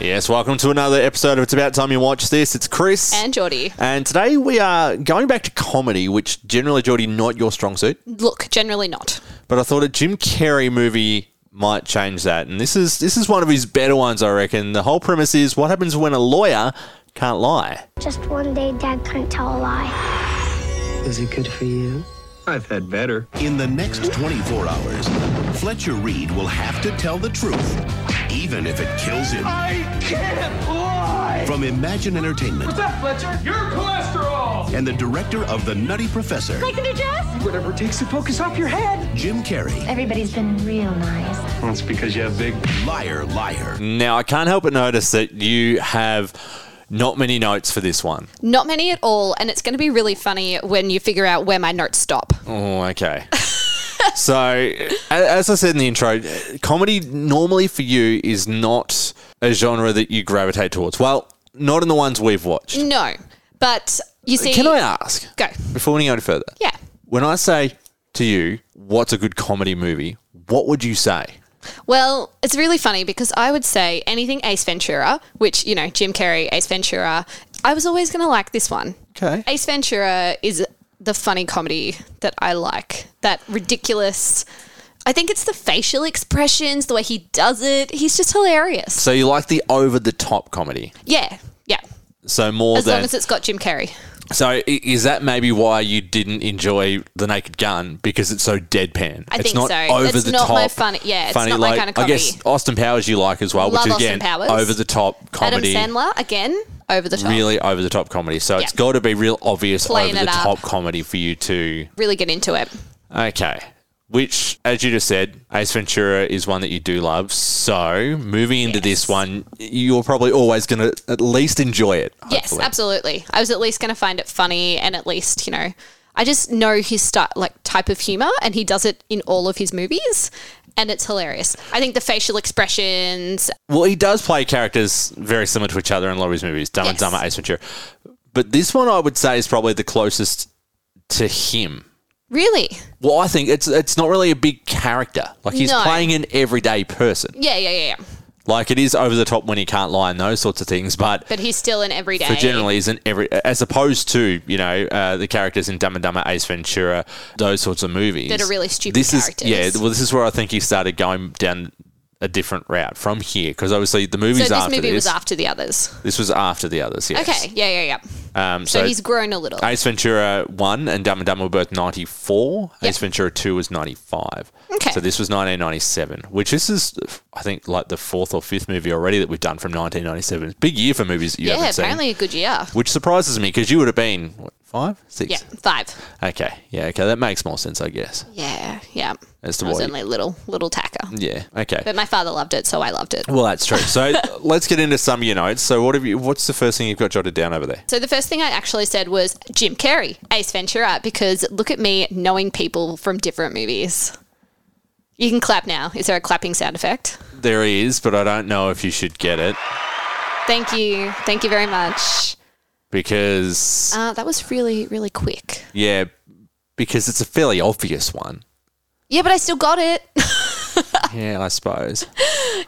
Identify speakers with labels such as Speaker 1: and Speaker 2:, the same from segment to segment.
Speaker 1: Yes, welcome to another episode of It's About Time You Watch This. It's Chris.
Speaker 2: And Geordie.
Speaker 1: And today we are going back to comedy, which generally, Geordie, not your strong suit.
Speaker 2: Look, generally not.
Speaker 1: But I thought a Jim Carrey movie might change that. And this is this is one of his better ones, I reckon. The whole premise is what happens when a lawyer can't lie.
Speaker 3: Just one day, Dad couldn't tell a lie.
Speaker 4: Is it good for you?
Speaker 5: I've had better.
Speaker 6: In the next 24 hours, Fletcher Reed will have to tell the truth, even if it kills him. I can't lie! From Imagine Entertainment
Speaker 7: What's up, Fletcher? Your cholesterol!
Speaker 6: and the director of The Nutty Professor,
Speaker 7: Whatever takes the focus off your head.
Speaker 6: Jim Carrey,
Speaker 3: Everybody's been real nice.
Speaker 5: That's because you have big.
Speaker 6: Liar Liar.
Speaker 1: Now, I can't help but notice that you have not many notes for this one.
Speaker 2: Not many at all, and it's going to be really funny when you figure out where my notes stop.
Speaker 1: Oh, okay. so, a- as I said in the intro, comedy normally for you is not a genre that you gravitate towards. Well, not in the ones we've watched.
Speaker 2: No, but you see.
Speaker 1: Can I ask?
Speaker 2: Go.
Speaker 1: Before we go any further.
Speaker 2: Yeah.
Speaker 1: When I say to you, what's a good comedy movie, what would you say?
Speaker 2: Well, it's really funny because I would say anything Ace Ventura, which, you know, Jim Carrey, Ace Ventura, I was always going to like this one.
Speaker 1: Okay.
Speaker 2: Ace Ventura is the funny comedy that I like. That ridiculous. I think it's the facial expressions, the way he does it. He's just hilarious.
Speaker 1: So you like the over the top comedy.
Speaker 2: Yeah. Yeah.
Speaker 1: So more
Speaker 2: As
Speaker 1: than
Speaker 2: long as it's got Jim Carrey.
Speaker 1: So i- is that maybe why you didn't enjoy The Naked Gun because it's so deadpan?
Speaker 2: I
Speaker 1: it's
Speaker 2: think
Speaker 1: not
Speaker 2: so.
Speaker 1: over
Speaker 2: It's
Speaker 1: the
Speaker 2: not
Speaker 1: top.
Speaker 2: my funny- yeah, it's not my
Speaker 1: like-
Speaker 2: kind of
Speaker 1: I guess
Speaker 2: comedy.
Speaker 1: Austin Powers you like as well,
Speaker 2: Love
Speaker 1: which is
Speaker 2: Austin
Speaker 1: again
Speaker 2: Powers.
Speaker 1: over the top comedy.
Speaker 2: Adam Sandler again over the top. Really,
Speaker 1: Really over the top comedy. So it's
Speaker 2: Yeah.
Speaker 1: got to be real obvious
Speaker 2: Playing
Speaker 1: over the
Speaker 2: it up.
Speaker 1: top comedy for you to
Speaker 2: get into it.
Speaker 1: Okay. Which, as you just said, Ace Ventura is one that you do love. So, moving into this one, you're probably always going to at least enjoy it.
Speaker 2: Yes,
Speaker 1: hopefully.
Speaker 2: absolutely. I was at least going to find it funny, and at least you know, I just know his style, like type of humor, and he does it in all of his movies, and it's hilarious. I think the facial expressions.
Speaker 1: Well, he does play characters very similar to each other in a lot of his movies Dumb and
Speaker 2: Yes.
Speaker 1: Dumber, Ace Ventura. But this one, I would say, is probably the closest to him.
Speaker 2: Really?
Speaker 1: Well, I think it's it's not really a big character. Like he's
Speaker 2: No.
Speaker 1: playing an everyday person.
Speaker 2: Yeah, yeah, yeah. yeah.
Speaker 1: Like it is over the top when he can't lie and those sorts of things. But
Speaker 2: But he's still an everyday.
Speaker 1: for generally isn't every as opposed to you know uh, the characters in Dumb and Dumber, Ace Ventura, those sorts of movies
Speaker 2: That are really stupid
Speaker 1: This
Speaker 2: characters.
Speaker 1: is yeah. Well, this is where I think he started going down a different route from here because obviously the
Speaker 2: So
Speaker 1: movies
Speaker 2: this
Speaker 1: after
Speaker 2: movie
Speaker 1: this.
Speaker 2: was after the others.
Speaker 1: This was after the others. Yes.
Speaker 2: Okay. Yeah, yeah, yeah.
Speaker 1: Um,
Speaker 2: So,
Speaker 1: so,
Speaker 2: he's grown a little.
Speaker 1: Ace Ventura one and Dumb and Dumber were both ninety four.
Speaker 2: Yeah.
Speaker 1: Ace Ventura two was ninety five.
Speaker 2: Okay.
Speaker 1: So this was nineteen ninety seven, which this is I think like the fourth or fifth movie already that we've done from nineteen ninety seven. Big year for movies that you
Speaker 2: yeah,
Speaker 1: haven't seen
Speaker 2: apparently a good year.
Speaker 1: which surprises me because you would have been what, five, six.
Speaker 2: Yeah, five.
Speaker 1: Okay. Yeah. Okay. That makes more sense, I guess.
Speaker 2: Yeah, yeah.
Speaker 1: As to
Speaker 2: I was
Speaker 1: what- Mm.
Speaker 2: only a little little tacker.
Speaker 1: Yeah. Okay.
Speaker 2: But my father loved it, so I loved it.
Speaker 1: well, that's true. So let's get into some of your notes. So what have you? What's the first thing you've got jotted down over there?
Speaker 2: So the first thing I actually said was Jim Carrey, Ace Ventura, because look at me knowing people from different movies. You can clap now. Is there a clapping sound effect?
Speaker 1: There is, but I don't know if you should get it
Speaker 2: Thank you. Thank you very much.
Speaker 1: because
Speaker 2: Uh, that was really, really quick.
Speaker 1: yeah, because it's a fairly obvious one.
Speaker 2: Yeah, but I still got it.
Speaker 1: Yeah, I suppose.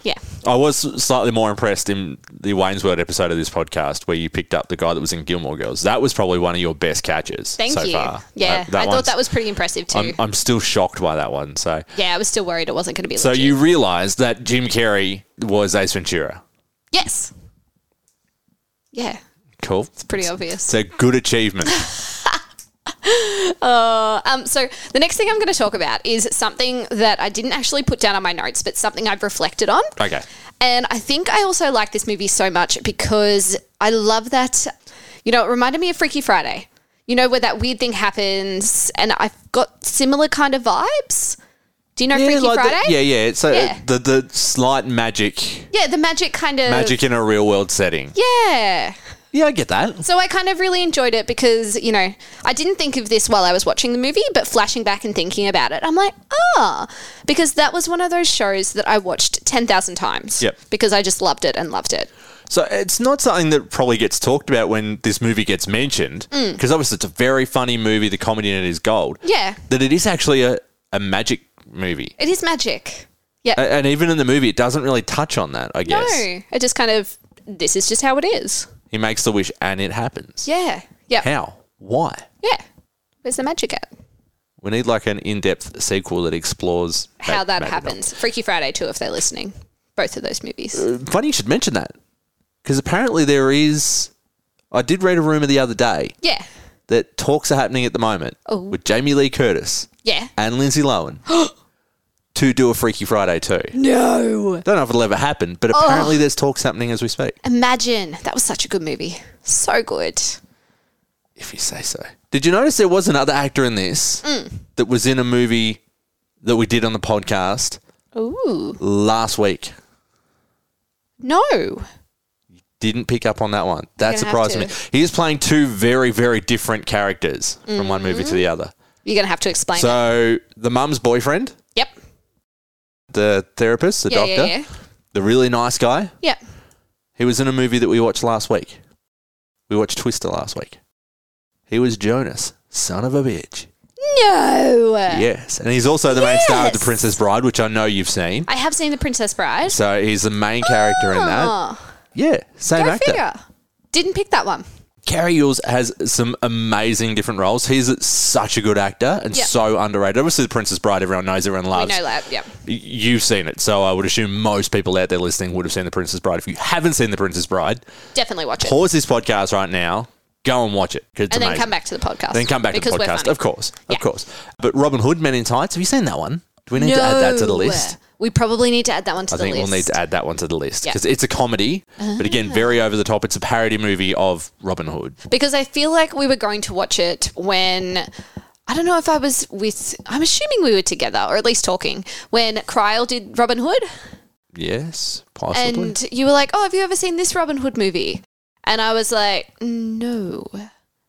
Speaker 2: yeah.
Speaker 1: I was slightly more impressed in the Wayne's World episode of this podcast where you picked up the guy that was in Gilmore Girls. That was probably one of your best catches
Speaker 2: Thank
Speaker 1: so
Speaker 2: you.
Speaker 1: far.
Speaker 2: Yeah. I thought
Speaker 1: one's-
Speaker 2: that was pretty impressive too.
Speaker 1: I'm, I'm still shocked by that one. So,
Speaker 2: yeah, I was still worried it wasn't going to be
Speaker 1: so
Speaker 2: legit.
Speaker 1: you realised that Jim Carrey was Ace Ventura.
Speaker 2: Yes. Yeah.
Speaker 1: Cool.
Speaker 2: Pretty obvious.
Speaker 1: It's a good achievement.
Speaker 2: Um, so the next thing I'm going to talk about is something that I didn't actually put down on my notes, but something I've reflected on.
Speaker 1: Okay.
Speaker 2: And I think I also like this movie so much because I love that, you know, it reminded me of Freaky Friday. You know, where that weird thing happens, and I've got similar kind of vibes. Do you know Freaky
Speaker 1: like the-
Speaker 2: Friday?
Speaker 1: yeah, yeah. So
Speaker 2: Yeah.
Speaker 1: the the slight magic,
Speaker 2: Yeah, the magic kind of.
Speaker 1: magic in a real world setting.
Speaker 2: Yeah.
Speaker 1: Yeah, I get that.
Speaker 2: So I kind of really enjoyed it because, you know, I didn't think of this while I was watching the movie, but flashing back and thinking about it, I'm like, ah, because that was one of those shows that I watched 10,000 times.
Speaker 1: Yep.
Speaker 2: Because I just loved it and loved it.
Speaker 1: So it's not something that probably gets talked about when this movie gets mentioned, because obviously it's a very funny movie. The comedy in it is gold.
Speaker 2: Mm. Yeah.
Speaker 1: That it is actually a, a magic movie,
Speaker 2: It is magic. Yeah.
Speaker 1: A- and even in the movie, it doesn't really touch on that. I guess.
Speaker 2: No, it just kind of this is just how it is.
Speaker 1: He makes the wish and it happens.
Speaker 2: Yeah. Yeah.
Speaker 1: How? Why?
Speaker 2: Yeah. Where's the magic at?
Speaker 1: We need like an in-depth sequel that explores
Speaker 2: How
Speaker 1: ma-
Speaker 2: that
Speaker 1: maybe not.
Speaker 2: happens. Freaky Friday too, if they're listening. Both of those movies.
Speaker 1: Funny you should mention that because apparently there is. I did read a rumor the other day
Speaker 2: yeah.
Speaker 1: that talks are happening at the moment
Speaker 2: Oh.
Speaker 1: with Jamie Lee Curtis
Speaker 2: Yeah.
Speaker 1: and Lindsay Lohan to do a Freaky Friday too.
Speaker 2: No.
Speaker 1: Don't know if it'll ever happen, but apparently there's talks happening as we speak.
Speaker 2: Imagine. That was such a good movie. So good.
Speaker 1: If you say so. Did you notice there was another actor in this
Speaker 2: Mm.
Speaker 1: that was in a movie that we did on the podcast
Speaker 2: Ooh.
Speaker 1: last week?
Speaker 2: No.
Speaker 1: Didn't pick up on that one. That
Speaker 2: You're gonna have
Speaker 1: surprised me. He is playing two very, very different characters from one movie to the
Speaker 2: Mm-hmm.
Speaker 1: other.
Speaker 2: You're gonna have to explain it.
Speaker 1: So the mum's boyfriend,
Speaker 2: Yep.
Speaker 1: the therapist, the
Speaker 2: Yeah,
Speaker 1: doctor,
Speaker 2: yeah, yeah.
Speaker 1: the really nice guy,
Speaker 2: Yep.
Speaker 1: He was in a movie that we watched last week. We watched Twister last week. He was Jonas, son of a bitch.
Speaker 2: No.
Speaker 1: yes. And he's also the main star of The
Speaker 2: yes.
Speaker 1: Princess Bride, which I know you've seen.
Speaker 2: I have seen The Princess Bride.
Speaker 1: So he's the main character in that.
Speaker 2: Oh,
Speaker 1: Yeah, same
Speaker 2: go
Speaker 1: actor.
Speaker 2: figure. Didn't pick that one.
Speaker 1: Carrie Yules has some amazing different roles. He's such a good actor and
Speaker 2: Yep.
Speaker 1: so underrated. Obviously, The Princess Bride, everyone knows, everyone
Speaker 2: We
Speaker 1: loves.
Speaker 2: know that. Yep.
Speaker 1: Y- You've seen it, so I would assume most people out there listening would have seen The Princess Bride. If you haven't seen The Princess Bride,
Speaker 2: Definitely watch it.
Speaker 1: pause this podcast right now, go and watch it. 'cause it's
Speaker 2: and then
Speaker 1: amazing.
Speaker 2: come back to the podcast.
Speaker 1: Then come back to
Speaker 2: because
Speaker 1: the
Speaker 2: we're
Speaker 1: podcast.
Speaker 2: funny.
Speaker 1: Of course.
Speaker 2: Yeah.
Speaker 1: Of course. But Robin Hood, Men in Tights, have you seen that one? Do we need to add that to the list?
Speaker 2: We probably need to add that one to
Speaker 1: I
Speaker 2: the
Speaker 1: think
Speaker 2: list.
Speaker 1: we'll need to add that one to the list
Speaker 2: Yeah. Ah.
Speaker 1: because it's a comedy, but again, very over the top. It's a parody movie of Robin Hood.
Speaker 2: because I feel like we were going to watch it when I don't know if I was with. I'm assuming we were together, or at least talking when Cryle did Robin Hood,
Speaker 1: Yes, possibly.
Speaker 2: and you were like, "Oh, have you ever seen this Robin Hood movie?" And I was like, "No,"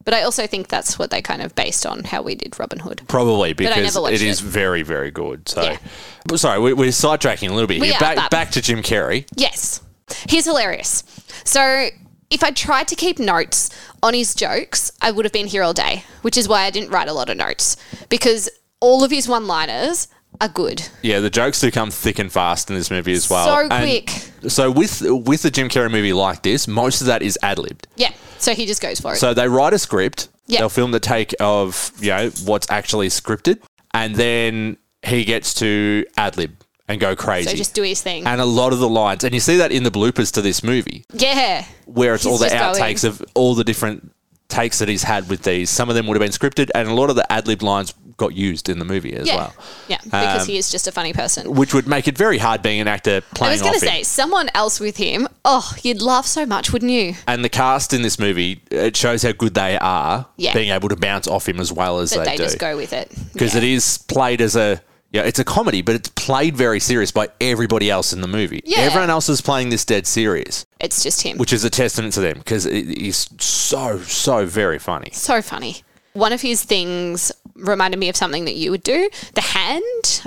Speaker 2: but I also think that's what they kind of based on how we did Robin Hood.
Speaker 1: Probably
Speaker 2: I never
Speaker 1: because
Speaker 2: watched
Speaker 1: it is
Speaker 2: it.
Speaker 1: very, very good. So,
Speaker 2: Yeah.
Speaker 1: But sorry, we, we're sidetracking a little bit
Speaker 2: We
Speaker 1: here.
Speaker 2: are,
Speaker 1: back,
Speaker 2: but-
Speaker 1: back to Jim Carrey.
Speaker 2: Yes. He's hilarious. So if I tried to keep notes on his jokes, I would have been here all day, which is why I didn't write a lot of notes because all of his one liners are good.
Speaker 1: Yeah, the jokes do come thick and fast in this movie as well.
Speaker 2: So
Speaker 1: And
Speaker 2: quick.
Speaker 1: So with with a Jim Carrey movie like this, most of that is ad libbed.
Speaker 2: Yeah. So he just goes for it.
Speaker 1: So they write a script.
Speaker 2: Yeah.
Speaker 1: They'll film the take of you know what's actually scripted, and then he gets to ad lib and go crazy.
Speaker 2: So just do his thing.
Speaker 1: and a lot of the lines, and you see that in the bloopers to this movie,
Speaker 2: yeah.
Speaker 1: where it's
Speaker 2: He's
Speaker 1: all the
Speaker 2: just going.
Speaker 1: outtakes of all the different takes that he's had with these. Some of them would have been scripted, and a lot of the ad lib lines got used in the movie as
Speaker 2: Yeah.
Speaker 1: well,
Speaker 2: Yeah. Because
Speaker 1: Um,
Speaker 2: he is just a funny person.
Speaker 1: which would make it very hard being an actor
Speaker 2: I
Speaker 1: playing
Speaker 2: was going to
Speaker 1: off him.
Speaker 2: say, someone else with him, oh, you'd laugh so much, wouldn't you?
Speaker 1: And the cast in this movie, it shows how good they are,
Speaker 2: Yeah.
Speaker 1: being able to bounce off him as well as
Speaker 2: But
Speaker 1: they,
Speaker 2: they,
Speaker 1: do.
Speaker 2: just go with it.
Speaker 1: because
Speaker 2: yeah.
Speaker 1: it is played as a yeah, it's a comedy, but it's played very serious by everybody else in the movie.
Speaker 2: Yeah.
Speaker 1: Everyone else is playing this dead serious,
Speaker 2: It's just him.
Speaker 1: which is a testament to them because it is so so very funny.
Speaker 2: So funny. One of his things reminded me of something that you would do. The hand.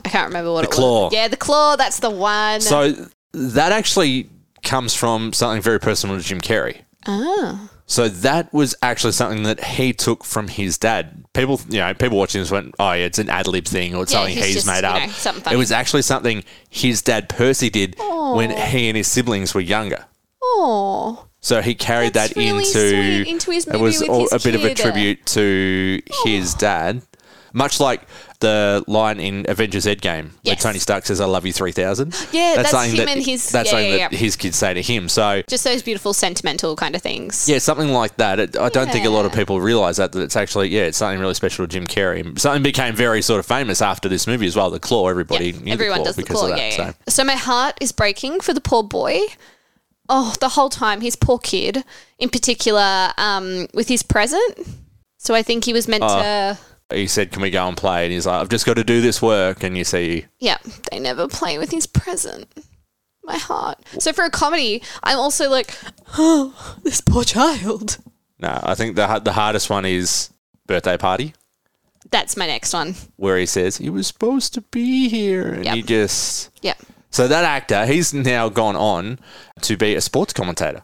Speaker 2: I can't remember what
Speaker 1: The
Speaker 2: it
Speaker 1: claw.
Speaker 2: was. Yeah, the claw. That's the one.
Speaker 1: So that actually comes from something very personal to Jim Carrey.
Speaker 2: oh.
Speaker 1: So that was actually something that he took from his dad. People, you know, people watching this went, "Oh, yeah, it's an ad lib thing, or it's
Speaker 2: Yeah,
Speaker 1: something
Speaker 2: he's
Speaker 1: he's,
Speaker 2: just,
Speaker 1: made
Speaker 2: you
Speaker 1: up."
Speaker 2: know, something funny.
Speaker 1: it was actually something his dad Percy did when he and his siblings were younger.
Speaker 2: Oh.
Speaker 1: So he carried
Speaker 2: That's
Speaker 1: that
Speaker 2: really
Speaker 1: into
Speaker 2: sweet, into his
Speaker 1: it
Speaker 2: movie
Speaker 1: was
Speaker 2: with
Speaker 1: all-
Speaker 2: his
Speaker 1: a bit of a
Speaker 2: kid. Oh.
Speaker 1: tribute to his dad, much like the line in Avengers Endgame where
Speaker 2: Yes.
Speaker 1: Tony Stark says, "I love you 3,000.
Speaker 2: Yeah, that's
Speaker 1: something
Speaker 2: him
Speaker 1: that,
Speaker 2: and his-
Speaker 1: that's
Speaker 2: yeah,
Speaker 1: something
Speaker 2: yeah,
Speaker 1: that
Speaker 2: yeah.
Speaker 1: his kids say to him. So
Speaker 2: Just those beautiful sentimental kind of things.
Speaker 1: yeah, something like that. It, I don't think a lot of people realize that that it's actually yeah, it's something really special to Jim Carrey. Something became very sort of famous after this movie as well. The Claw, everybody,
Speaker 2: Yeah,
Speaker 1: knew
Speaker 2: Everyone
Speaker 1: the claw
Speaker 2: does the
Speaker 1: because of
Speaker 2: claw.
Speaker 1: that.
Speaker 2: yeah, yeah.
Speaker 1: So.
Speaker 2: So my heart is breaking for the poor boy. Oh, the whole time his poor kid, in particular, um, with his present. So I think he was meant
Speaker 1: Ah.
Speaker 2: to.
Speaker 1: He said, "Can we go and play?" And he's like, "I've just got to do this work." And you see,
Speaker 2: Yeah, they never play with his present. My heart. So for a comedy, I'm also like, oh, this poor child.
Speaker 1: no, I think the ha- the hardest one is birthday party.
Speaker 2: That's my next one.
Speaker 1: where he says he was supposed to be here, and
Speaker 2: Yep.
Speaker 1: he just
Speaker 2: Yep.
Speaker 1: so that actor he's now gone on to be a sports commentator.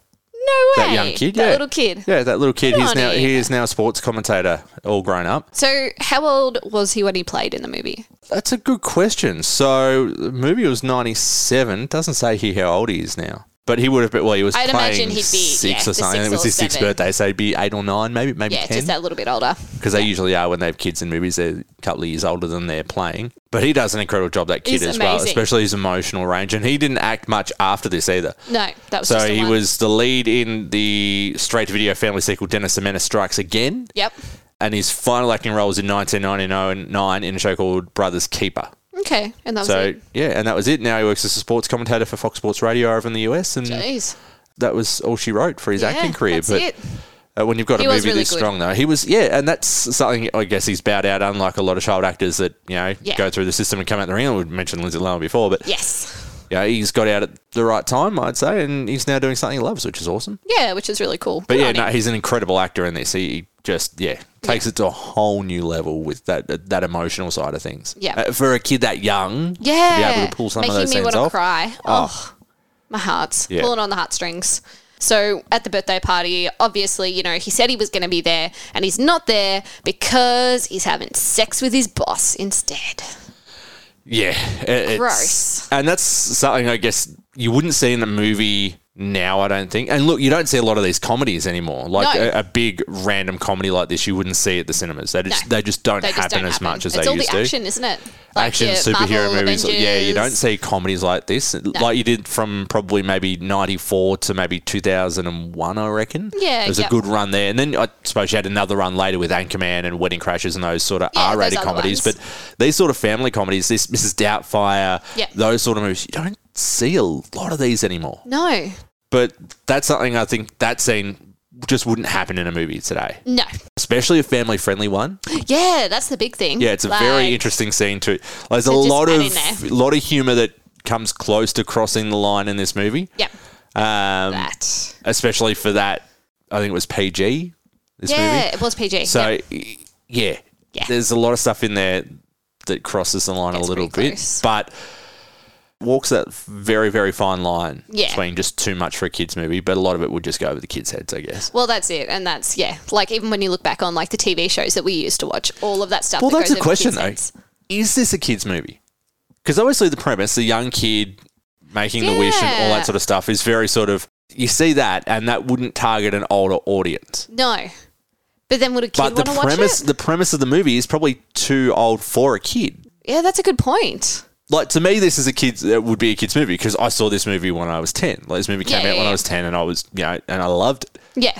Speaker 2: No way.
Speaker 1: That young kid,
Speaker 2: That
Speaker 1: yeah,
Speaker 2: little kid.
Speaker 1: yeah, that little kid.
Speaker 2: Good
Speaker 1: He's
Speaker 2: on
Speaker 1: now he
Speaker 2: him.
Speaker 1: is now a sports commentator, all grown up.
Speaker 2: So how old was he when he played in the movie?
Speaker 1: That's a good question. So the movie was ninety seven. Doesn't say here how old he is now. But he would have been, well, he was
Speaker 2: I'd
Speaker 1: playing
Speaker 2: imagine he'd be, yeah,
Speaker 1: six
Speaker 2: the
Speaker 1: or something.
Speaker 2: six
Speaker 1: it was
Speaker 2: or
Speaker 1: his sixth
Speaker 2: seven.
Speaker 1: birthday, so he'd be eight or nine, maybe, maybe
Speaker 2: Yeah,
Speaker 1: 10.
Speaker 2: just that little bit older.
Speaker 1: because they usually are when they have kids in movies. They're a couple of years older than they're playing. But he does an incredible job, that kid
Speaker 2: He's
Speaker 1: as well,
Speaker 2: amazing.
Speaker 1: especially his emotional range. And he didn't act much after this either.
Speaker 2: No, that was
Speaker 1: So
Speaker 2: just the
Speaker 1: he
Speaker 2: one.
Speaker 1: was the lead in the straight to video family sequel, Dennis the Menace Strikes Again.
Speaker 2: Yep.
Speaker 1: And his final acting role was in 1999 in a show called Brothers Keeper.
Speaker 2: Okay, and that was
Speaker 1: so,
Speaker 2: it.
Speaker 1: yeah, and that was it. Now he works as a sports commentator for Fox Sports Radio over in the US. And
Speaker 2: Jeez.
Speaker 1: that was all she wrote for his
Speaker 2: Yeah,
Speaker 1: acting mm, career.
Speaker 2: that's
Speaker 1: but
Speaker 2: it.
Speaker 1: Uh, when you've got
Speaker 2: He
Speaker 1: a
Speaker 2: was
Speaker 1: movie
Speaker 2: really
Speaker 1: this
Speaker 2: good.
Speaker 1: strong, though, he was yeah, and that's something I guess he's bowed out. Unlike a lot of child actors that you know
Speaker 2: Yeah.
Speaker 1: go through the system and come out the ring. We mentioned Lindsay Lohan before, but
Speaker 2: Yes.
Speaker 1: yeah, he's got out at the right time, I'd say, and he's now doing something he loves, which is awesome.
Speaker 2: Yeah, which is really cool.
Speaker 1: But
Speaker 2: Good
Speaker 1: yeah,
Speaker 2: on
Speaker 1: no,
Speaker 2: him.
Speaker 1: he's an incredible actor in this. He just yeah takes it to a whole new level with that that emotional side of things.
Speaker 2: Yeah.
Speaker 1: Uh, for a kid that young,
Speaker 2: yeah,
Speaker 1: to be able to pull some
Speaker 2: making
Speaker 1: of those
Speaker 2: me
Speaker 1: scenes
Speaker 2: wanna
Speaker 1: off.
Speaker 2: cry. Oh, my heart's
Speaker 1: Yeah.
Speaker 2: pulling on the heartstrings. So at the birthday party, obviously, you know, he said he was going to be there, and he's not there because he's having sex with his boss instead.
Speaker 1: Yeah, it- it's-
Speaker 2: Gross.
Speaker 1: And that's something I guess you wouldn't see in the movie now. I don't think. And look, you don't see a lot of these comedies anymore. Like
Speaker 2: No.
Speaker 1: a, a big random comedy like this, you wouldn't see at the cinemas. They just
Speaker 2: No.
Speaker 1: they just don't
Speaker 2: They just
Speaker 1: happen
Speaker 2: don't
Speaker 1: as
Speaker 2: happen.
Speaker 1: much as
Speaker 2: it's
Speaker 1: they
Speaker 2: all
Speaker 1: used
Speaker 2: the
Speaker 1: to. Uh,
Speaker 2: action, isn't it?
Speaker 1: Action
Speaker 2: your
Speaker 1: superhero
Speaker 2: Marvel,
Speaker 1: movies. Yeah, you don't
Speaker 2: Avengers.
Speaker 1: see comedies like this, like you did from probably maybe ninety four to maybe two thousand and one. I reckon.
Speaker 2: Yeah,
Speaker 1: there was
Speaker 2: yeah.
Speaker 1: a good run there, and then I suppose you had another run later with Anchorman and Wedding Crashes and those sort of
Speaker 2: Yeah,
Speaker 1: R rated
Speaker 2: those other
Speaker 1: comedies.
Speaker 2: ones.
Speaker 1: But these sort of family comedies, this Mrs. Doubtfire,
Speaker 2: Yeah.
Speaker 1: those sort of movies, you don't see a lot of these anymore.
Speaker 2: No,
Speaker 1: But that's something I think that scene just wouldn't happen in a movie today,
Speaker 2: no.
Speaker 1: especially a family friendly one.
Speaker 2: Yeah, that's the big thing.
Speaker 1: Yeah, it's a
Speaker 2: Like,
Speaker 1: very interesting scene too. There's a
Speaker 2: So just
Speaker 1: lot of
Speaker 2: add in there.
Speaker 1: lot of humor that comes close to crossing the line in this movie.
Speaker 2: Yep.
Speaker 1: Um,
Speaker 2: That.
Speaker 1: especially for that, I think it was PG. This
Speaker 2: Yeah,
Speaker 1: movie.
Speaker 2: it was PG.
Speaker 1: So
Speaker 2: Yep.
Speaker 1: y- yeah.
Speaker 2: Yeah.
Speaker 1: there's a lot of stuff in there that crosses the line
Speaker 2: Gets
Speaker 1: a little
Speaker 2: pretty
Speaker 1: bit,
Speaker 2: close.
Speaker 1: but walks that very very fine line
Speaker 2: Yeah.
Speaker 1: between just too much for a kids movie, but a lot of it would just go over the kids' heads, I guess.
Speaker 2: Well, that's it, and that's yeah. Like even when you look back on like the TV shows that we used to watch, all of that stuff.
Speaker 1: Well,
Speaker 2: that
Speaker 1: that's
Speaker 2: goes
Speaker 1: a
Speaker 2: over
Speaker 1: question
Speaker 2: kids'
Speaker 1: though.
Speaker 2: heads.
Speaker 1: Is this a kids movie? Because obviously the premise, the young kid making the wish and all
Speaker 2: Yeah.
Speaker 1: that sort of stuff, is very sort of you see that, and that wouldn't target an older audience.
Speaker 2: No, but then would a kid
Speaker 1: But
Speaker 2: want
Speaker 1: the
Speaker 2: to watch
Speaker 1: premise,
Speaker 2: it?
Speaker 1: the premise of the movie is probably too old for a kid.
Speaker 2: yeah, that's a good point.
Speaker 1: Like to me, this is a kids. It would be a kids movie because I saw this movie when I was ten. Like this movie came
Speaker 2: Yeah,
Speaker 1: out when
Speaker 2: yeah.
Speaker 1: I was ten, and I was you know, and I loved it.
Speaker 2: Yeah,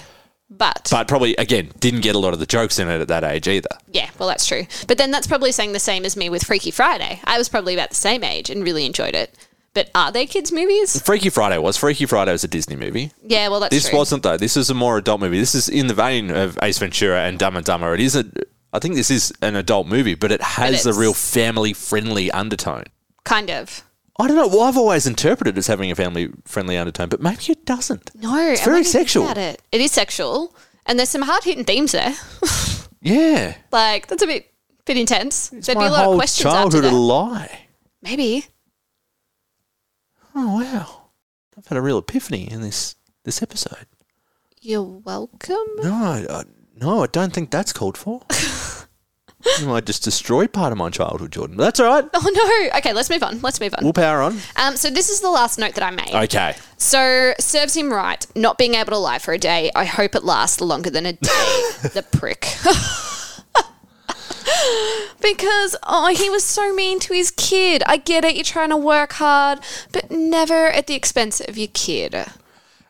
Speaker 2: but,
Speaker 1: But probably again, didn't get a lot of the jokes in it at that age either.
Speaker 2: yeah, well, that's true. But then that's probably saying the same as me with Freaky Friday. I was probably about the same age and really enjoyed it. But are they kids movies?
Speaker 1: Freaky Friday was. Freaky Friday was a Disney movie.
Speaker 2: Yeah, well, that's
Speaker 1: This
Speaker 2: true.
Speaker 1: wasn't though. This is a more adult movie. This is in the vein of Ace Ventura and Dumb and Dumber. It is a. I think this is an adult movie, but it has a
Speaker 2: it's-
Speaker 1: real family-friendly undertone.
Speaker 2: kind of
Speaker 1: I don't know. Well, I've always interpreted it as having a family-friendly undertone, but maybe it doesn't.
Speaker 2: no. It's
Speaker 1: very sexual.
Speaker 2: About it. it is sexual, and there's some hard hitting themes there.
Speaker 1: Yeah,
Speaker 2: like that's a bit bit intense. There'd be
Speaker 1: my
Speaker 2: a lot of
Speaker 1: whole
Speaker 2: questions after
Speaker 1: childhood
Speaker 2: that.
Speaker 1: a lie.
Speaker 2: Maybe.
Speaker 1: Oh wow, I've had a real epiphany in this this episode.
Speaker 2: You're welcome.
Speaker 1: No, I, I, no, I don't think that's called for. you might just destroy part of my childhood, Jordan. But that's all right.
Speaker 2: Oh no. Okay, let's move on. Let's move on.
Speaker 1: We'll power on.
Speaker 2: Um, so this is the last note that I made.
Speaker 1: Okay.
Speaker 2: So serves him right. Not being able to lie for a day. I hope it lasts longer than a day. the prick. because oh, he was so mean to his kid. I get it. You're trying to work hard, but never at the expense of your kid.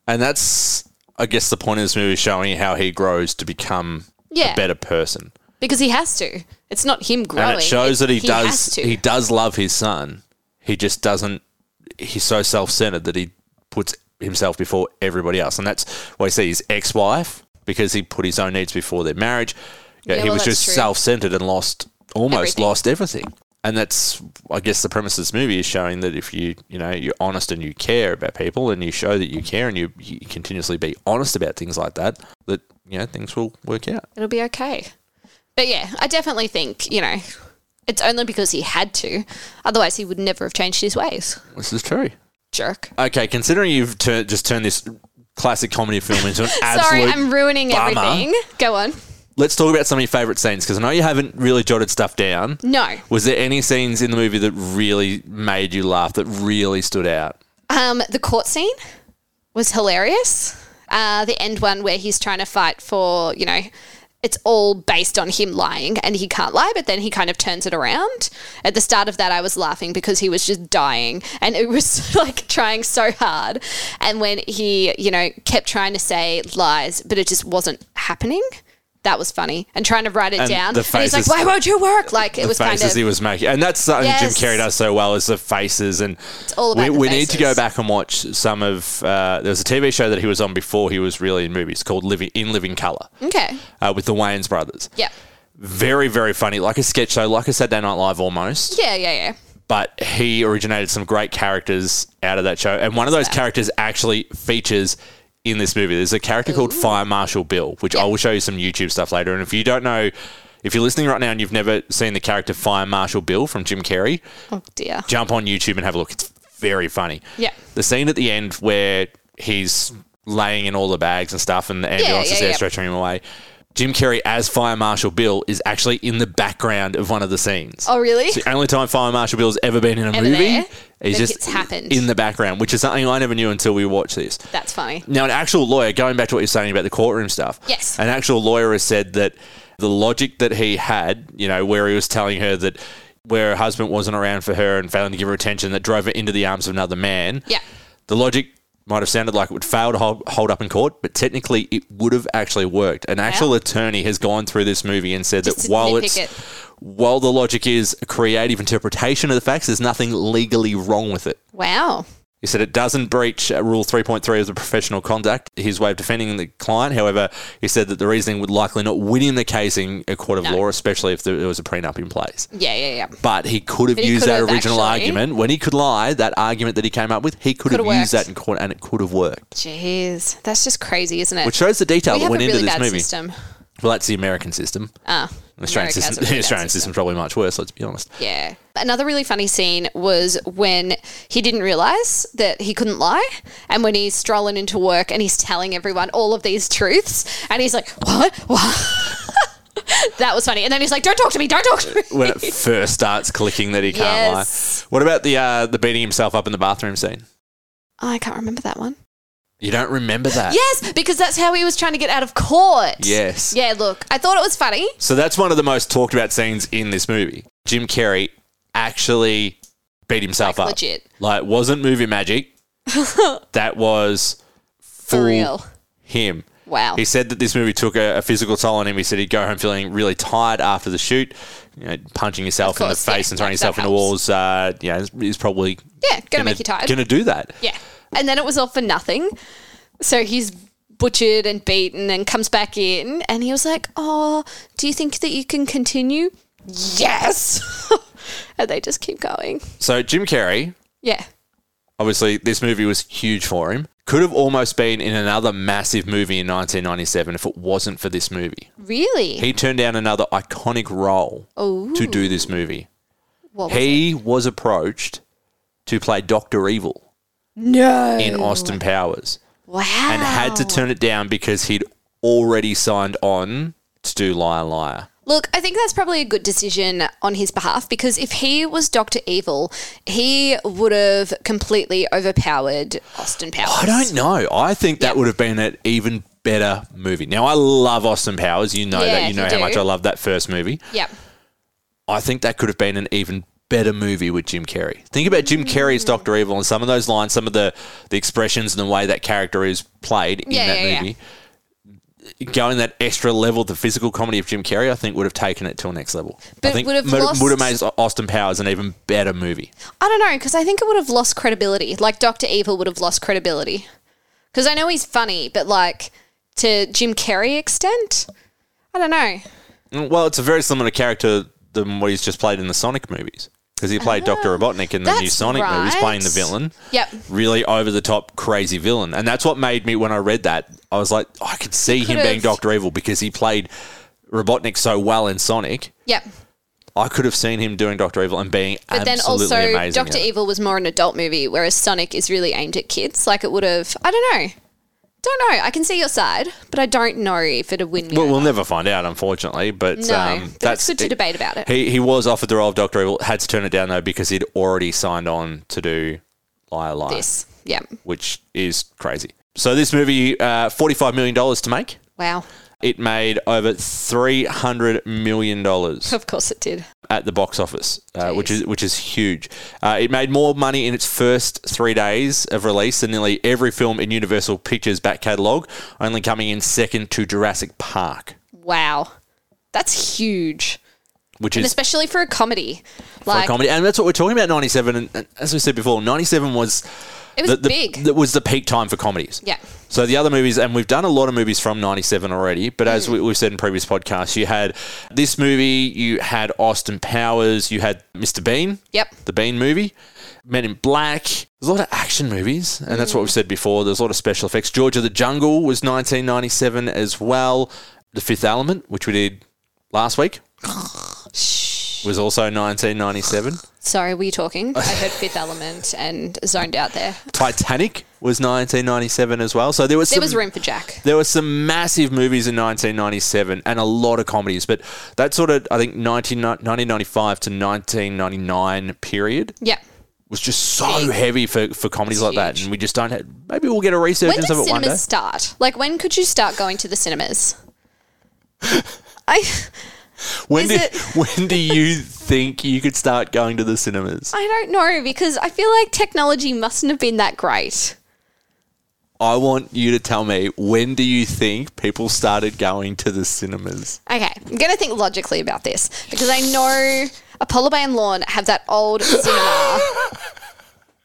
Speaker 1: And that's, I guess, the point of this movie showing how he grows to become
Speaker 2: Yeah.
Speaker 1: a better person.
Speaker 2: Because he has to. It's not him growing.
Speaker 1: and it shows that he,
Speaker 2: has
Speaker 1: does
Speaker 2: to.
Speaker 1: he does love his son. He just doesn't. He's so self centered that he puts himself before everybody else, and that's why you see his ex wife because he put his own needs before their marriage. Yeah,
Speaker 2: Yeah,
Speaker 1: he
Speaker 2: well,
Speaker 1: was
Speaker 2: that's
Speaker 1: just
Speaker 2: true.
Speaker 1: self centered and lost almost
Speaker 2: Everything.
Speaker 1: lost everything. And that's, I guess, the premise of this movie is showing that if you, you know, you're honest and you care about people, and you show that you care, and you, you continuously be honest about things like that, that you know things will work out.
Speaker 2: it'll be okay. But yeah, I definitely think, you know, it's only because he had to. Otherwise, he would never have changed his ways.
Speaker 1: This is true.
Speaker 2: Jerk.
Speaker 1: Okay, considering you've tur just turned this classic comedy film into an absolute.
Speaker 2: Sorry, I'm ruining
Speaker 1: bummer.
Speaker 2: everything. Go on.
Speaker 1: Let's talk about some of your favourite scenes because I know you haven't really jotted stuff down.
Speaker 2: No.
Speaker 1: Was there any scenes in the movie that really made you laugh, that really stood out?
Speaker 2: Um, the court scene was hilarious. Uh, the end one where he's trying to fight for, you know, it's all based on him lying and he can't lie, but then he kind of turns it around. At the start of that, I was laughing because he was just dying and it was like trying so hard. And when he, you know, kept trying to say lies, but it just wasn't happening. That was funny. And trying to write it
Speaker 1: And
Speaker 2: down.
Speaker 1: the
Speaker 2: And he's like,
Speaker 1: faces-
Speaker 2: why won't you work? Like, it was
Speaker 1: the
Speaker 2: kind
Speaker 1: faces
Speaker 2: of.
Speaker 1: he was making, and that's something Jim
Speaker 2: Yes.
Speaker 1: Carrey does so well is the faces, and
Speaker 2: all about
Speaker 1: we,
Speaker 2: the
Speaker 1: we need to go
Speaker 2: faces.
Speaker 1: back and watch some of. Uh, there was a TV show that he was on before he was really in movies called Living in Living Color
Speaker 2: okay.
Speaker 1: uh, with the Wayans brothers.
Speaker 2: Mm. Yeah.
Speaker 1: Very very funny, like a sketch show, like a Saturday Night Live almost.
Speaker 2: Yeah, yeah, yeah.
Speaker 1: But he originated some great characters out of that show, and one of those
Speaker 2: that?
Speaker 1: characters actually features. In this movie, there's a character called Fire Marshal Bill, which I will show you some YouTube stuff later. And if you don't know, if you're listening right now and you've never seen the character Fire Marshal Bill from Jim Carrey,
Speaker 2: Oh, dear.
Speaker 1: jump on YouTube and have a look. It's very funny.
Speaker 2: Yeah.
Speaker 1: The scene at the end where he's laying in all the bags and stuff and the ambulance
Speaker 2: yeah,
Speaker 1: is there
Speaker 2: yeah.
Speaker 1: stretching him away. Jim Carrey as Fire Marshal Bill is actually in the background of one of the scenes.
Speaker 2: Oh, really?
Speaker 1: It's the only time Fire Marshal Bill's ever been in a
Speaker 2: Ever
Speaker 1: movie.
Speaker 2: there?
Speaker 1: He's
Speaker 2: But
Speaker 1: just
Speaker 2: it's happened.
Speaker 1: in the background, which is something I never knew until we watched this.
Speaker 2: That's funny.
Speaker 1: Now, an actual lawyer, going back to what you're saying about the courtroom stuff.
Speaker 2: Yes.
Speaker 1: An actual lawyer has said that the logic that he had, you know, where he was telling her that where her husband wasn't around for her and failing to give her attention, that drove her into the arms of another man.
Speaker 2: Yeah.
Speaker 1: The logic might have sounded like it would fail to hold, hold up in court, but technically it would have actually worked. An actual attorney has gone through this movie and said
Speaker 2: Just
Speaker 1: that
Speaker 2: to
Speaker 1: while
Speaker 2: nitpick
Speaker 1: it's.
Speaker 2: it.
Speaker 1: While the logic is a creative interpretation of the facts, there's nothing legally wrong with it.
Speaker 2: Wow.
Speaker 1: He said it doesn't breach uh, Rule 3.3 of the professional conduct, his way of defending the client. However, he said that the reasoning would likely not win him the case in a court of law, especially if there was a prenup in place.
Speaker 2: Yeah, yeah, yeah.
Speaker 1: But he could have
Speaker 2: But he
Speaker 1: used
Speaker 2: could
Speaker 1: that
Speaker 2: have
Speaker 1: original
Speaker 2: actually-
Speaker 1: argument. When he could lie, that argument that he came up with, he could
Speaker 2: Could
Speaker 1: have
Speaker 2: have
Speaker 1: used that
Speaker 2: worked.
Speaker 1: in court and it could have worked.
Speaker 2: Jeez. That's just crazy, isn't it?
Speaker 1: Which shows the detail
Speaker 2: we
Speaker 1: that
Speaker 2: have
Speaker 1: went
Speaker 2: a
Speaker 1: into
Speaker 2: really
Speaker 1: this
Speaker 2: bad
Speaker 1: movie.
Speaker 2: system.
Speaker 1: Well, that's the American system.
Speaker 2: Ah.
Speaker 1: The Australian,
Speaker 2: America has
Speaker 1: system,
Speaker 2: a
Speaker 1: the
Speaker 2: really bad
Speaker 1: Australian
Speaker 2: system.
Speaker 1: system's probably much worse, let's be honest.
Speaker 2: Yeah. Another really funny scene was when he didn't realize that he couldn't lie. And when he's strolling into work and he's telling everyone all of these truths, and he's like, What? What? that was funny. And then he's like, Don't talk to me. Don't talk to me.
Speaker 1: When it first starts clicking that he can't
Speaker 2: Yes.
Speaker 1: lie. What about the uh, the beating himself up in the bathroom scene?
Speaker 2: Oh, I can't remember that one.
Speaker 1: You don't remember that?
Speaker 2: Yes, because that's how he was trying to get out of court.
Speaker 1: Yes.
Speaker 2: Yeah, look, I thought it was funny.
Speaker 1: So that's one of the most talked about scenes in this movie. Jim Carrey actually beat himself
Speaker 2: Like,
Speaker 1: up.
Speaker 2: legit.
Speaker 1: Like wasn't movie magic. that was
Speaker 2: For
Speaker 1: full
Speaker 2: real.
Speaker 1: him.
Speaker 2: Wow.
Speaker 1: He said that this movie took a, a physical toll on him. He said he'd go home feeling really tired after the shoot, you know, punching yourself
Speaker 2: Of
Speaker 1: in the
Speaker 2: course, yeah,
Speaker 1: face and throwing
Speaker 2: that-
Speaker 1: yourself
Speaker 2: that
Speaker 1: into
Speaker 2: helps.
Speaker 1: walls. Uh, yeah, is- is probably
Speaker 2: Yeah, gonna, make you tired.
Speaker 1: Going to do that.
Speaker 2: yeah. And then it was all for nothing. So he's butchered and beaten and comes back in and he was like, Oh, do you think that you can continue? Yes. and they just keep going.
Speaker 1: So Jim Carrey,
Speaker 2: Yeah.
Speaker 1: obviously this movie was huge for him. Could have almost been in another massive movie in 1997 if it wasn't for this movie.
Speaker 2: Really?
Speaker 1: He turned down another iconic role to do this movie.
Speaker 2: What was
Speaker 1: he was approached to play Doctor Evil. No. In Austin Powers.
Speaker 2: wow.
Speaker 1: And had to turn it down because he'd already signed on to do Liar Liar.
Speaker 2: Look, I think that's probably a good decision on his behalf because if he was Dr. Evil, he would have completely overpowered Austin Powers.
Speaker 1: I don't know. I think that would have been an even better movie. Now I love Austin Powers. You know
Speaker 2: Yeah,
Speaker 1: that. You know
Speaker 2: you
Speaker 1: how
Speaker 2: do.
Speaker 1: much I love that first movie.
Speaker 2: Yep.
Speaker 1: I think that could have been an even better movie with Jim Carrey. Think about Jim Carrey as
Speaker 2: Mm.
Speaker 1: Doctor Evil and some of those lines, some of the the expressions and the way that character is played in
Speaker 2: Yeah,
Speaker 1: that
Speaker 2: yeah, yeah.
Speaker 1: movie. Going that extra level, the physical comedy of Jim Carrey, I think would have taken it to a next level. I
Speaker 2: But
Speaker 1: think
Speaker 2: would have
Speaker 1: mo-
Speaker 2: lost-
Speaker 1: would have made Austin Powers an even better movie.
Speaker 2: I don't know because I think it would have lost credibility. Like Doctor Evil would have lost credibility because I know he's funny, but like to Jim Carrey extent, I don't know.
Speaker 1: Mm, Well, it's a very similar character than what he's just played in the Sonic movies because he played Doctor Robotnik in the new
Speaker 2: Ah, that's
Speaker 1: Sonic movies,
Speaker 2: right.
Speaker 1: playing the villain.
Speaker 2: Yep.
Speaker 1: really over the top crazy villain. And that's what made me when I read that, I was like, I could see him
Speaker 2: could've-
Speaker 1: being Doctor Evil because he played Robotnik so well in Sonic.
Speaker 2: Yep.
Speaker 1: I could have seen him doing Doctor Evil and being
Speaker 2: But then
Speaker 1: absolutely
Speaker 2: also,
Speaker 1: amazing.
Speaker 2: Doctor
Speaker 1: at it.
Speaker 2: Evil was more an adult movie, whereas Sonic is really aimed at kids. Like it would have. I don't know. Don't know. I can see your side, but I don't know if it'd win. me
Speaker 1: Well,
Speaker 2: over.
Speaker 1: we'll never find out, unfortunately. But,
Speaker 2: No,
Speaker 1: um,
Speaker 2: but it's
Speaker 1: that's
Speaker 2: good to debate about it.
Speaker 1: He he was offered the role of Doctor Evil, had to turn it down though because he'd already signed on to do Liar Liar,
Speaker 2: this. Yeah.
Speaker 1: which is crazy. So this movie, uh, forty-five million dollars to make.
Speaker 2: Wow.
Speaker 1: It made over three hundred million dollars.
Speaker 2: Of course it did.
Speaker 1: at the box office, uh, which
Speaker 2: Jeez.
Speaker 1: is which is huge. Uh, it made more money in its first three days of release than nearly every film in Universal Pictures' back catalogue, only coming in second to Jurassic Park,
Speaker 2: Wow. That's huge.
Speaker 1: which
Speaker 2: And
Speaker 1: is
Speaker 2: especially for a comedy.
Speaker 1: for a
Speaker 2: Like
Speaker 1: comedy, and that's what we're talking about. Ninety-seven, and, and as we said before, ninety-seven was.
Speaker 2: it was
Speaker 1: the, the-
Speaker 2: big.
Speaker 1: That was the peak time for comedies.
Speaker 2: Yeah.
Speaker 1: So the other movies, and we've done a lot of movies from '97 already. But as
Speaker 2: Hmm.
Speaker 1: we, we've said in previous podcasts, you had this movie, you had Austin Powers, you had Mr. Bean.
Speaker 2: Yep.
Speaker 1: The Bean movie, Men in Black. There's a lot of action movies, and that's what
Speaker 2: Hmm.
Speaker 1: we've said before. There's a lot of special effects. George of the Jungle was 1997 as well. The Fifth Element, which we did last week, was also 1997.
Speaker 2: Sorry, were you talking? I heard Fifth Element and zoned out there.
Speaker 1: Titanic was 1997 as well. So there was
Speaker 2: There
Speaker 1: some,
Speaker 2: was room for Jack.
Speaker 1: There were some massive movies in 1997 and a lot of comedies, but that sort of, I think, 19, 1995 to 1999 period
Speaker 2: Yeah.
Speaker 1: was just so heavy for, for comedies like that.
Speaker 2: huge.
Speaker 1: And we just don't have, maybe we'll get a
Speaker 2: When did
Speaker 1: resurgence of it
Speaker 2: cinemas
Speaker 1: one day.
Speaker 2: start? Like when could you start going to the cinemas? I
Speaker 1: When,
Speaker 2: is
Speaker 1: did,
Speaker 2: it-
Speaker 1: when do you think you could start going to the cinemas?
Speaker 2: I don't know because I feel like technology mustn't have been that great.
Speaker 1: I want you to tell me, when do you think people started going to the cinemas?
Speaker 2: Okay, I'm gonna think logically about this because I know Apollo Bay and Lawn have that old cinema.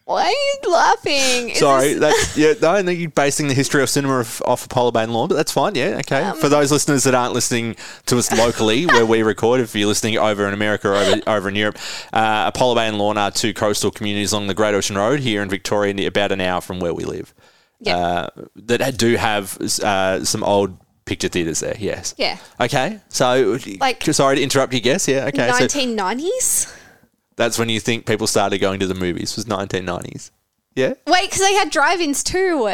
Speaker 2: Why are you laughing? Is
Speaker 1: Sorry,
Speaker 2: this-
Speaker 1: that's yeah. No, I think you're basing the history of cinema off, off Apollo Bay and Lawn, but that's fine. Yeah, okay.
Speaker 2: Um,
Speaker 1: For those listeners that aren't listening to us locally, where we record, if you're listening over in America or over, over in Europe, uh, Apollo Bay and Lawn are two coastal communities along the Great Ocean Road here in Victoria, near- about an hour from where we live.
Speaker 2: Yeah.
Speaker 1: Uh, that do have uh, some old picture theatres there. Yes.
Speaker 2: Yeah.
Speaker 1: Okay. So,
Speaker 2: Like-
Speaker 1: sorry to interrupt your guess. Yeah. Okay. So
Speaker 2: 1990s?
Speaker 1: that's when you think people started going to the movies. Was 1990s. Yeah.
Speaker 2: Wait, because they had drive-ins too.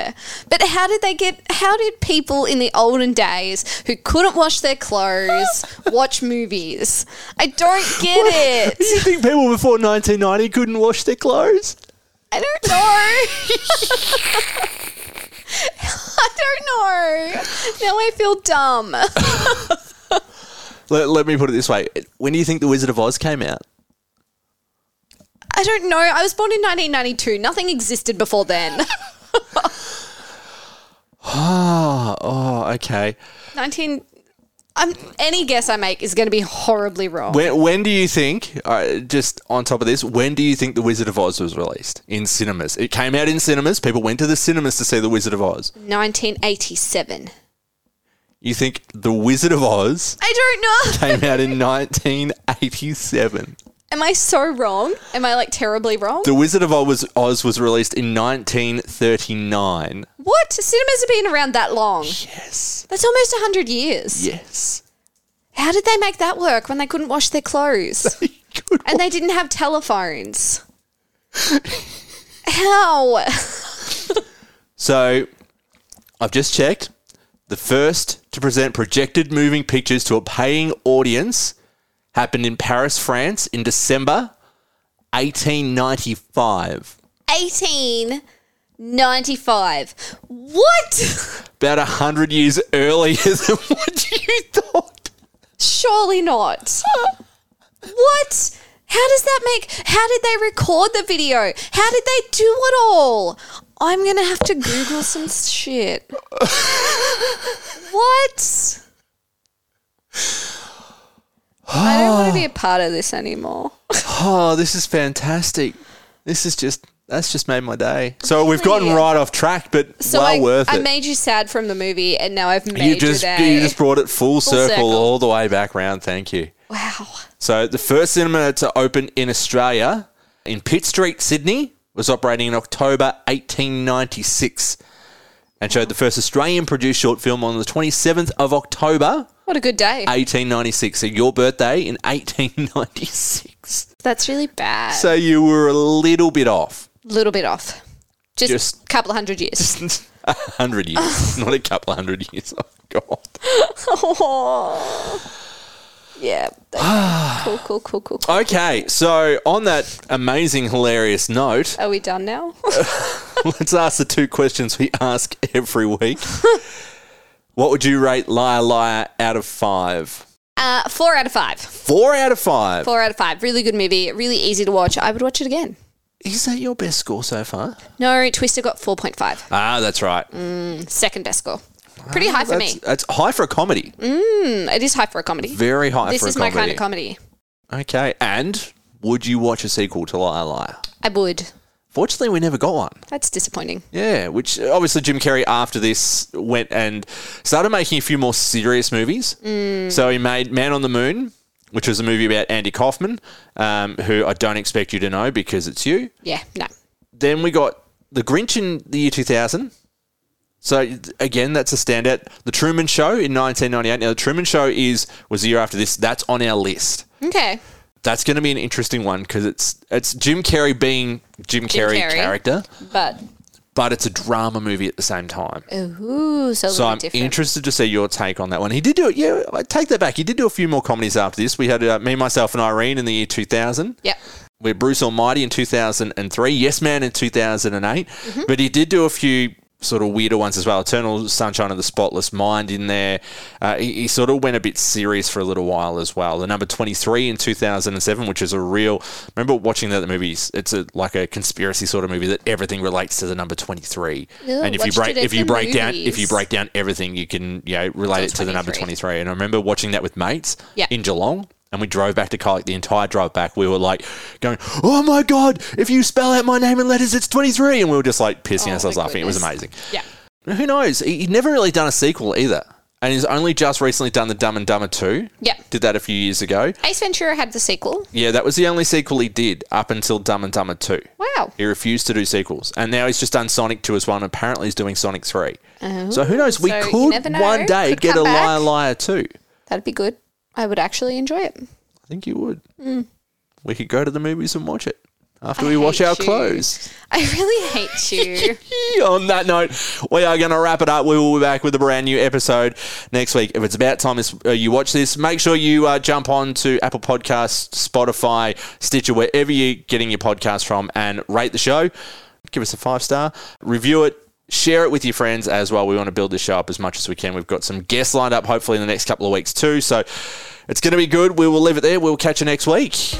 Speaker 2: But how did they get? How did people in the olden days who couldn't wash their clothes watch movies? I don't get
Speaker 1: Do you
Speaker 2: it.
Speaker 1: think people before 1990 couldn't wash their clothes?
Speaker 2: I don't know. I don't know. Now I feel dumb.
Speaker 1: Let, let me put it this way. When do you think The Wizard of Oz came out?
Speaker 2: I don't know. I was born in 1992. Nothing existed before then.
Speaker 1: Oh, oh okay.
Speaker 2: 19. I'm, any guess I make is going to be horribly wrong.
Speaker 1: When, when do you think, uh, just on top of this, when do you think The Wizard of Oz was released in cinemas? It came out in cinemas. People went to the cinemas to see The Wizard of Oz.
Speaker 2: 1987.
Speaker 1: You think The Wizard of Oz
Speaker 2: I don't know.
Speaker 1: came out in 1987?
Speaker 2: Am I so wrong? Am I like terribly wrong?
Speaker 1: The Wizard of Oz was, Oz was released in 1939.
Speaker 2: what? Cinemas have been around that long.
Speaker 1: Yes.
Speaker 2: That's almost 100 years.
Speaker 1: Yes.
Speaker 2: How did they make that work when they couldn't wash their clothes?
Speaker 1: Good
Speaker 2: and they didn't have telephones. How?
Speaker 1: So I've just checked. The first to present projected moving pictures to a paying audience happened in Paris, France in December 1895.
Speaker 2: 1895. What?
Speaker 1: About 100 years earlier than what you thought.
Speaker 2: Surely not. what? How does that make? How did they record the video? How did they do it all? I'm gonna have to Google some shit. what? I don't want to be a part of this anymore.
Speaker 1: Oh, this is fantastic. This is just, that's just made my day. So we've gotten
Speaker 2: Brilliant.
Speaker 1: right off track, but
Speaker 2: So
Speaker 1: well
Speaker 2: I,
Speaker 1: worth
Speaker 2: I
Speaker 1: it.
Speaker 2: made you sad from the movie, and now I've made
Speaker 1: you
Speaker 2: you,
Speaker 1: just,
Speaker 2: day.
Speaker 1: you just brought it full, circle,
Speaker 2: circle.
Speaker 1: all the way back round. Thank you.
Speaker 2: wow.
Speaker 1: So the first cinema to open in Australia in Pitt Street, Sydney, was operating in October 1896 and showed the first Australian produced short film on the 27th of October
Speaker 2: What a good day.
Speaker 1: 1896. So your birthday in 1896.
Speaker 2: That's really bad.
Speaker 1: So you were a little bit off.
Speaker 2: little bit off. Just,
Speaker 1: Just-
Speaker 2: a couple of hundred years.
Speaker 1: A hundred years, not a couple of hundred years. Oh God.
Speaker 2: yeah. cool, cool, cool, cool.
Speaker 1: Okay, so on that amazing, hilarious note,
Speaker 2: Are we done now?
Speaker 1: Let's ask the two questions we ask every week. what would you rate Liar Liar out of five?
Speaker 2: Uh, four out of five.
Speaker 1: Four out of five.
Speaker 2: Four out of five. Really good movie. Really easy to watch. I would watch it again.
Speaker 1: Is that your best score so far?
Speaker 2: No, Twister got 4.5.
Speaker 1: Ah, that's right.
Speaker 2: Second best score. Mm. Pretty high for
Speaker 1: Ah, that's,
Speaker 2: me.
Speaker 1: that's high for a comedy.
Speaker 2: Mm, It is high for a comedy.
Speaker 1: Very high
Speaker 2: This
Speaker 1: for a
Speaker 2: is my
Speaker 1: comedy.
Speaker 2: kind of comedy.
Speaker 1: Okay, and would you watch a sequel to Liar Liar?
Speaker 2: I would.
Speaker 1: Fortunately, we never got one.
Speaker 2: That's disappointing.
Speaker 1: Yeah, which uh, obviously Jim Carrey after this went and started making a few more serious movies. So he made Man on the Moon, which was a movie about Andy Kaufman, um, who I don't expect you to know because it's you.
Speaker 2: Yeah, no.
Speaker 1: Then we got The Grinch in the year 2000. So again, that's a standout. The Truman Show in 1998. Now, The Truman Show is was the year after this. That's on our list.
Speaker 2: Okay.
Speaker 1: That's going to be an interesting one because it's it's Jim Carrey being Jim, Carrey,
Speaker 2: Carrey.
Speaker 1: character,
Speaker 2: But,
Speaker 1: but it's a drama movie at the same time.
Speaker 2: ooh, so,
Speaker 1: So
Speaker 2: a little
Speaker 1: I'm
Speaker 2: different.
Speaker 1: interested to see your take on that one. He did do it. Yeah, I take that back. He did do a few more comedies after this. We had uh, me, myself, and Irene in the year 2000.
Speaker 2: Yep.
Speaker 1: We're Bruce Almighty in 2003. Yes Man in 2008.
Speaker 2: Mm-hmm.
Speaker 1: But he did do a few sort of weirder ones as well. Eternal Sunshine of the Spotless Mind in there. Uh, he, he sort of went a bit serious for a little while as well. The number 23 in 2007, which is a real. Remember watching that movie? It's it's a, like a conspiracy sort of movie that everything relates to the number 23.
Speaker 2: Ew,
Speaker 1: and if you
Speaker 2: watched
Speaker 1: break
Speaker 2: it at
Speaker 1: if you
Speaker 2: the
Speaker 1: break down if you break
Speaker 2: movies.
Speaker 1: break down everything, you can you know, relate it
Speaker 2: So
Speaker 1: to the number
Speaker 2: 23.
Speaker 1: 23. And I remember watching that with mates
Speaker 2: Yeah.
Speaker 1: in Geelong. And we drove back to Colac the entire drive back. We were like going, oh my God, if you spell out my name in letters, it's 23. And we were just like pissing
Speaker 2: Oh,
Speaker 1: ourselves
Speaker 2: my
Speaker 1: laughing. It was
Speaker 2: goodness.
Speaker 1: amazing.
Speaker 2: Yeah.
Speaker 1: Who knows? He- He'd never really done a sequel either. And he's only just recently done the Dumb and Dumber 2.
Speaker 2: Yeah.
Speaker 1: Did that a few years ago.
Speaker 2: Ace Ventura had the sequel.
Speaker 1: Yeah, that was the only sequel he did up until Dumb and Dumber 2.
Speaker 2: Wow.
Speaker 1: He refused to do sequels, and now he's just done Sonic Two as well, and apparently he's doing Sonic Three. so who knows? We
Speaker 2: Oh, so you
Speaker 1: could
Speaker 2: never know.
Speaker 1: one day
Speaker 2: Could
Speaker 1: get a
Speaker 2: come back.
Speaker 1: Liar Liar Two.
Speaker 2: That'd be good. I would actually enjoy it.
Speaker 1: I think you would. We could go to the movies and watch it after
Speaker 2: Mm. I
Speaker 1: we wash
Speaker 2: hate
Speaker 1: our
Speaker 2: you.
Speaker 1: clothes.
Speaker 2: I really hate you.
Speaker 1: On that note, we are going to wrap it up. We will be back with a brand new episode next week. If it's about time this, uh, you watch this, make sure you uh, jump on to Apple Podcasts, Spotify, Stitcher, wherever you're getting your podcast from, and rate the show. Give us a five star, review it, share it with your friends as well. We want to build this show up as much as we can. We've got some guests lined up, hopefully, in the next couple of weeks, too. So it's going to be good. We will leave it there. We'll catch you next week.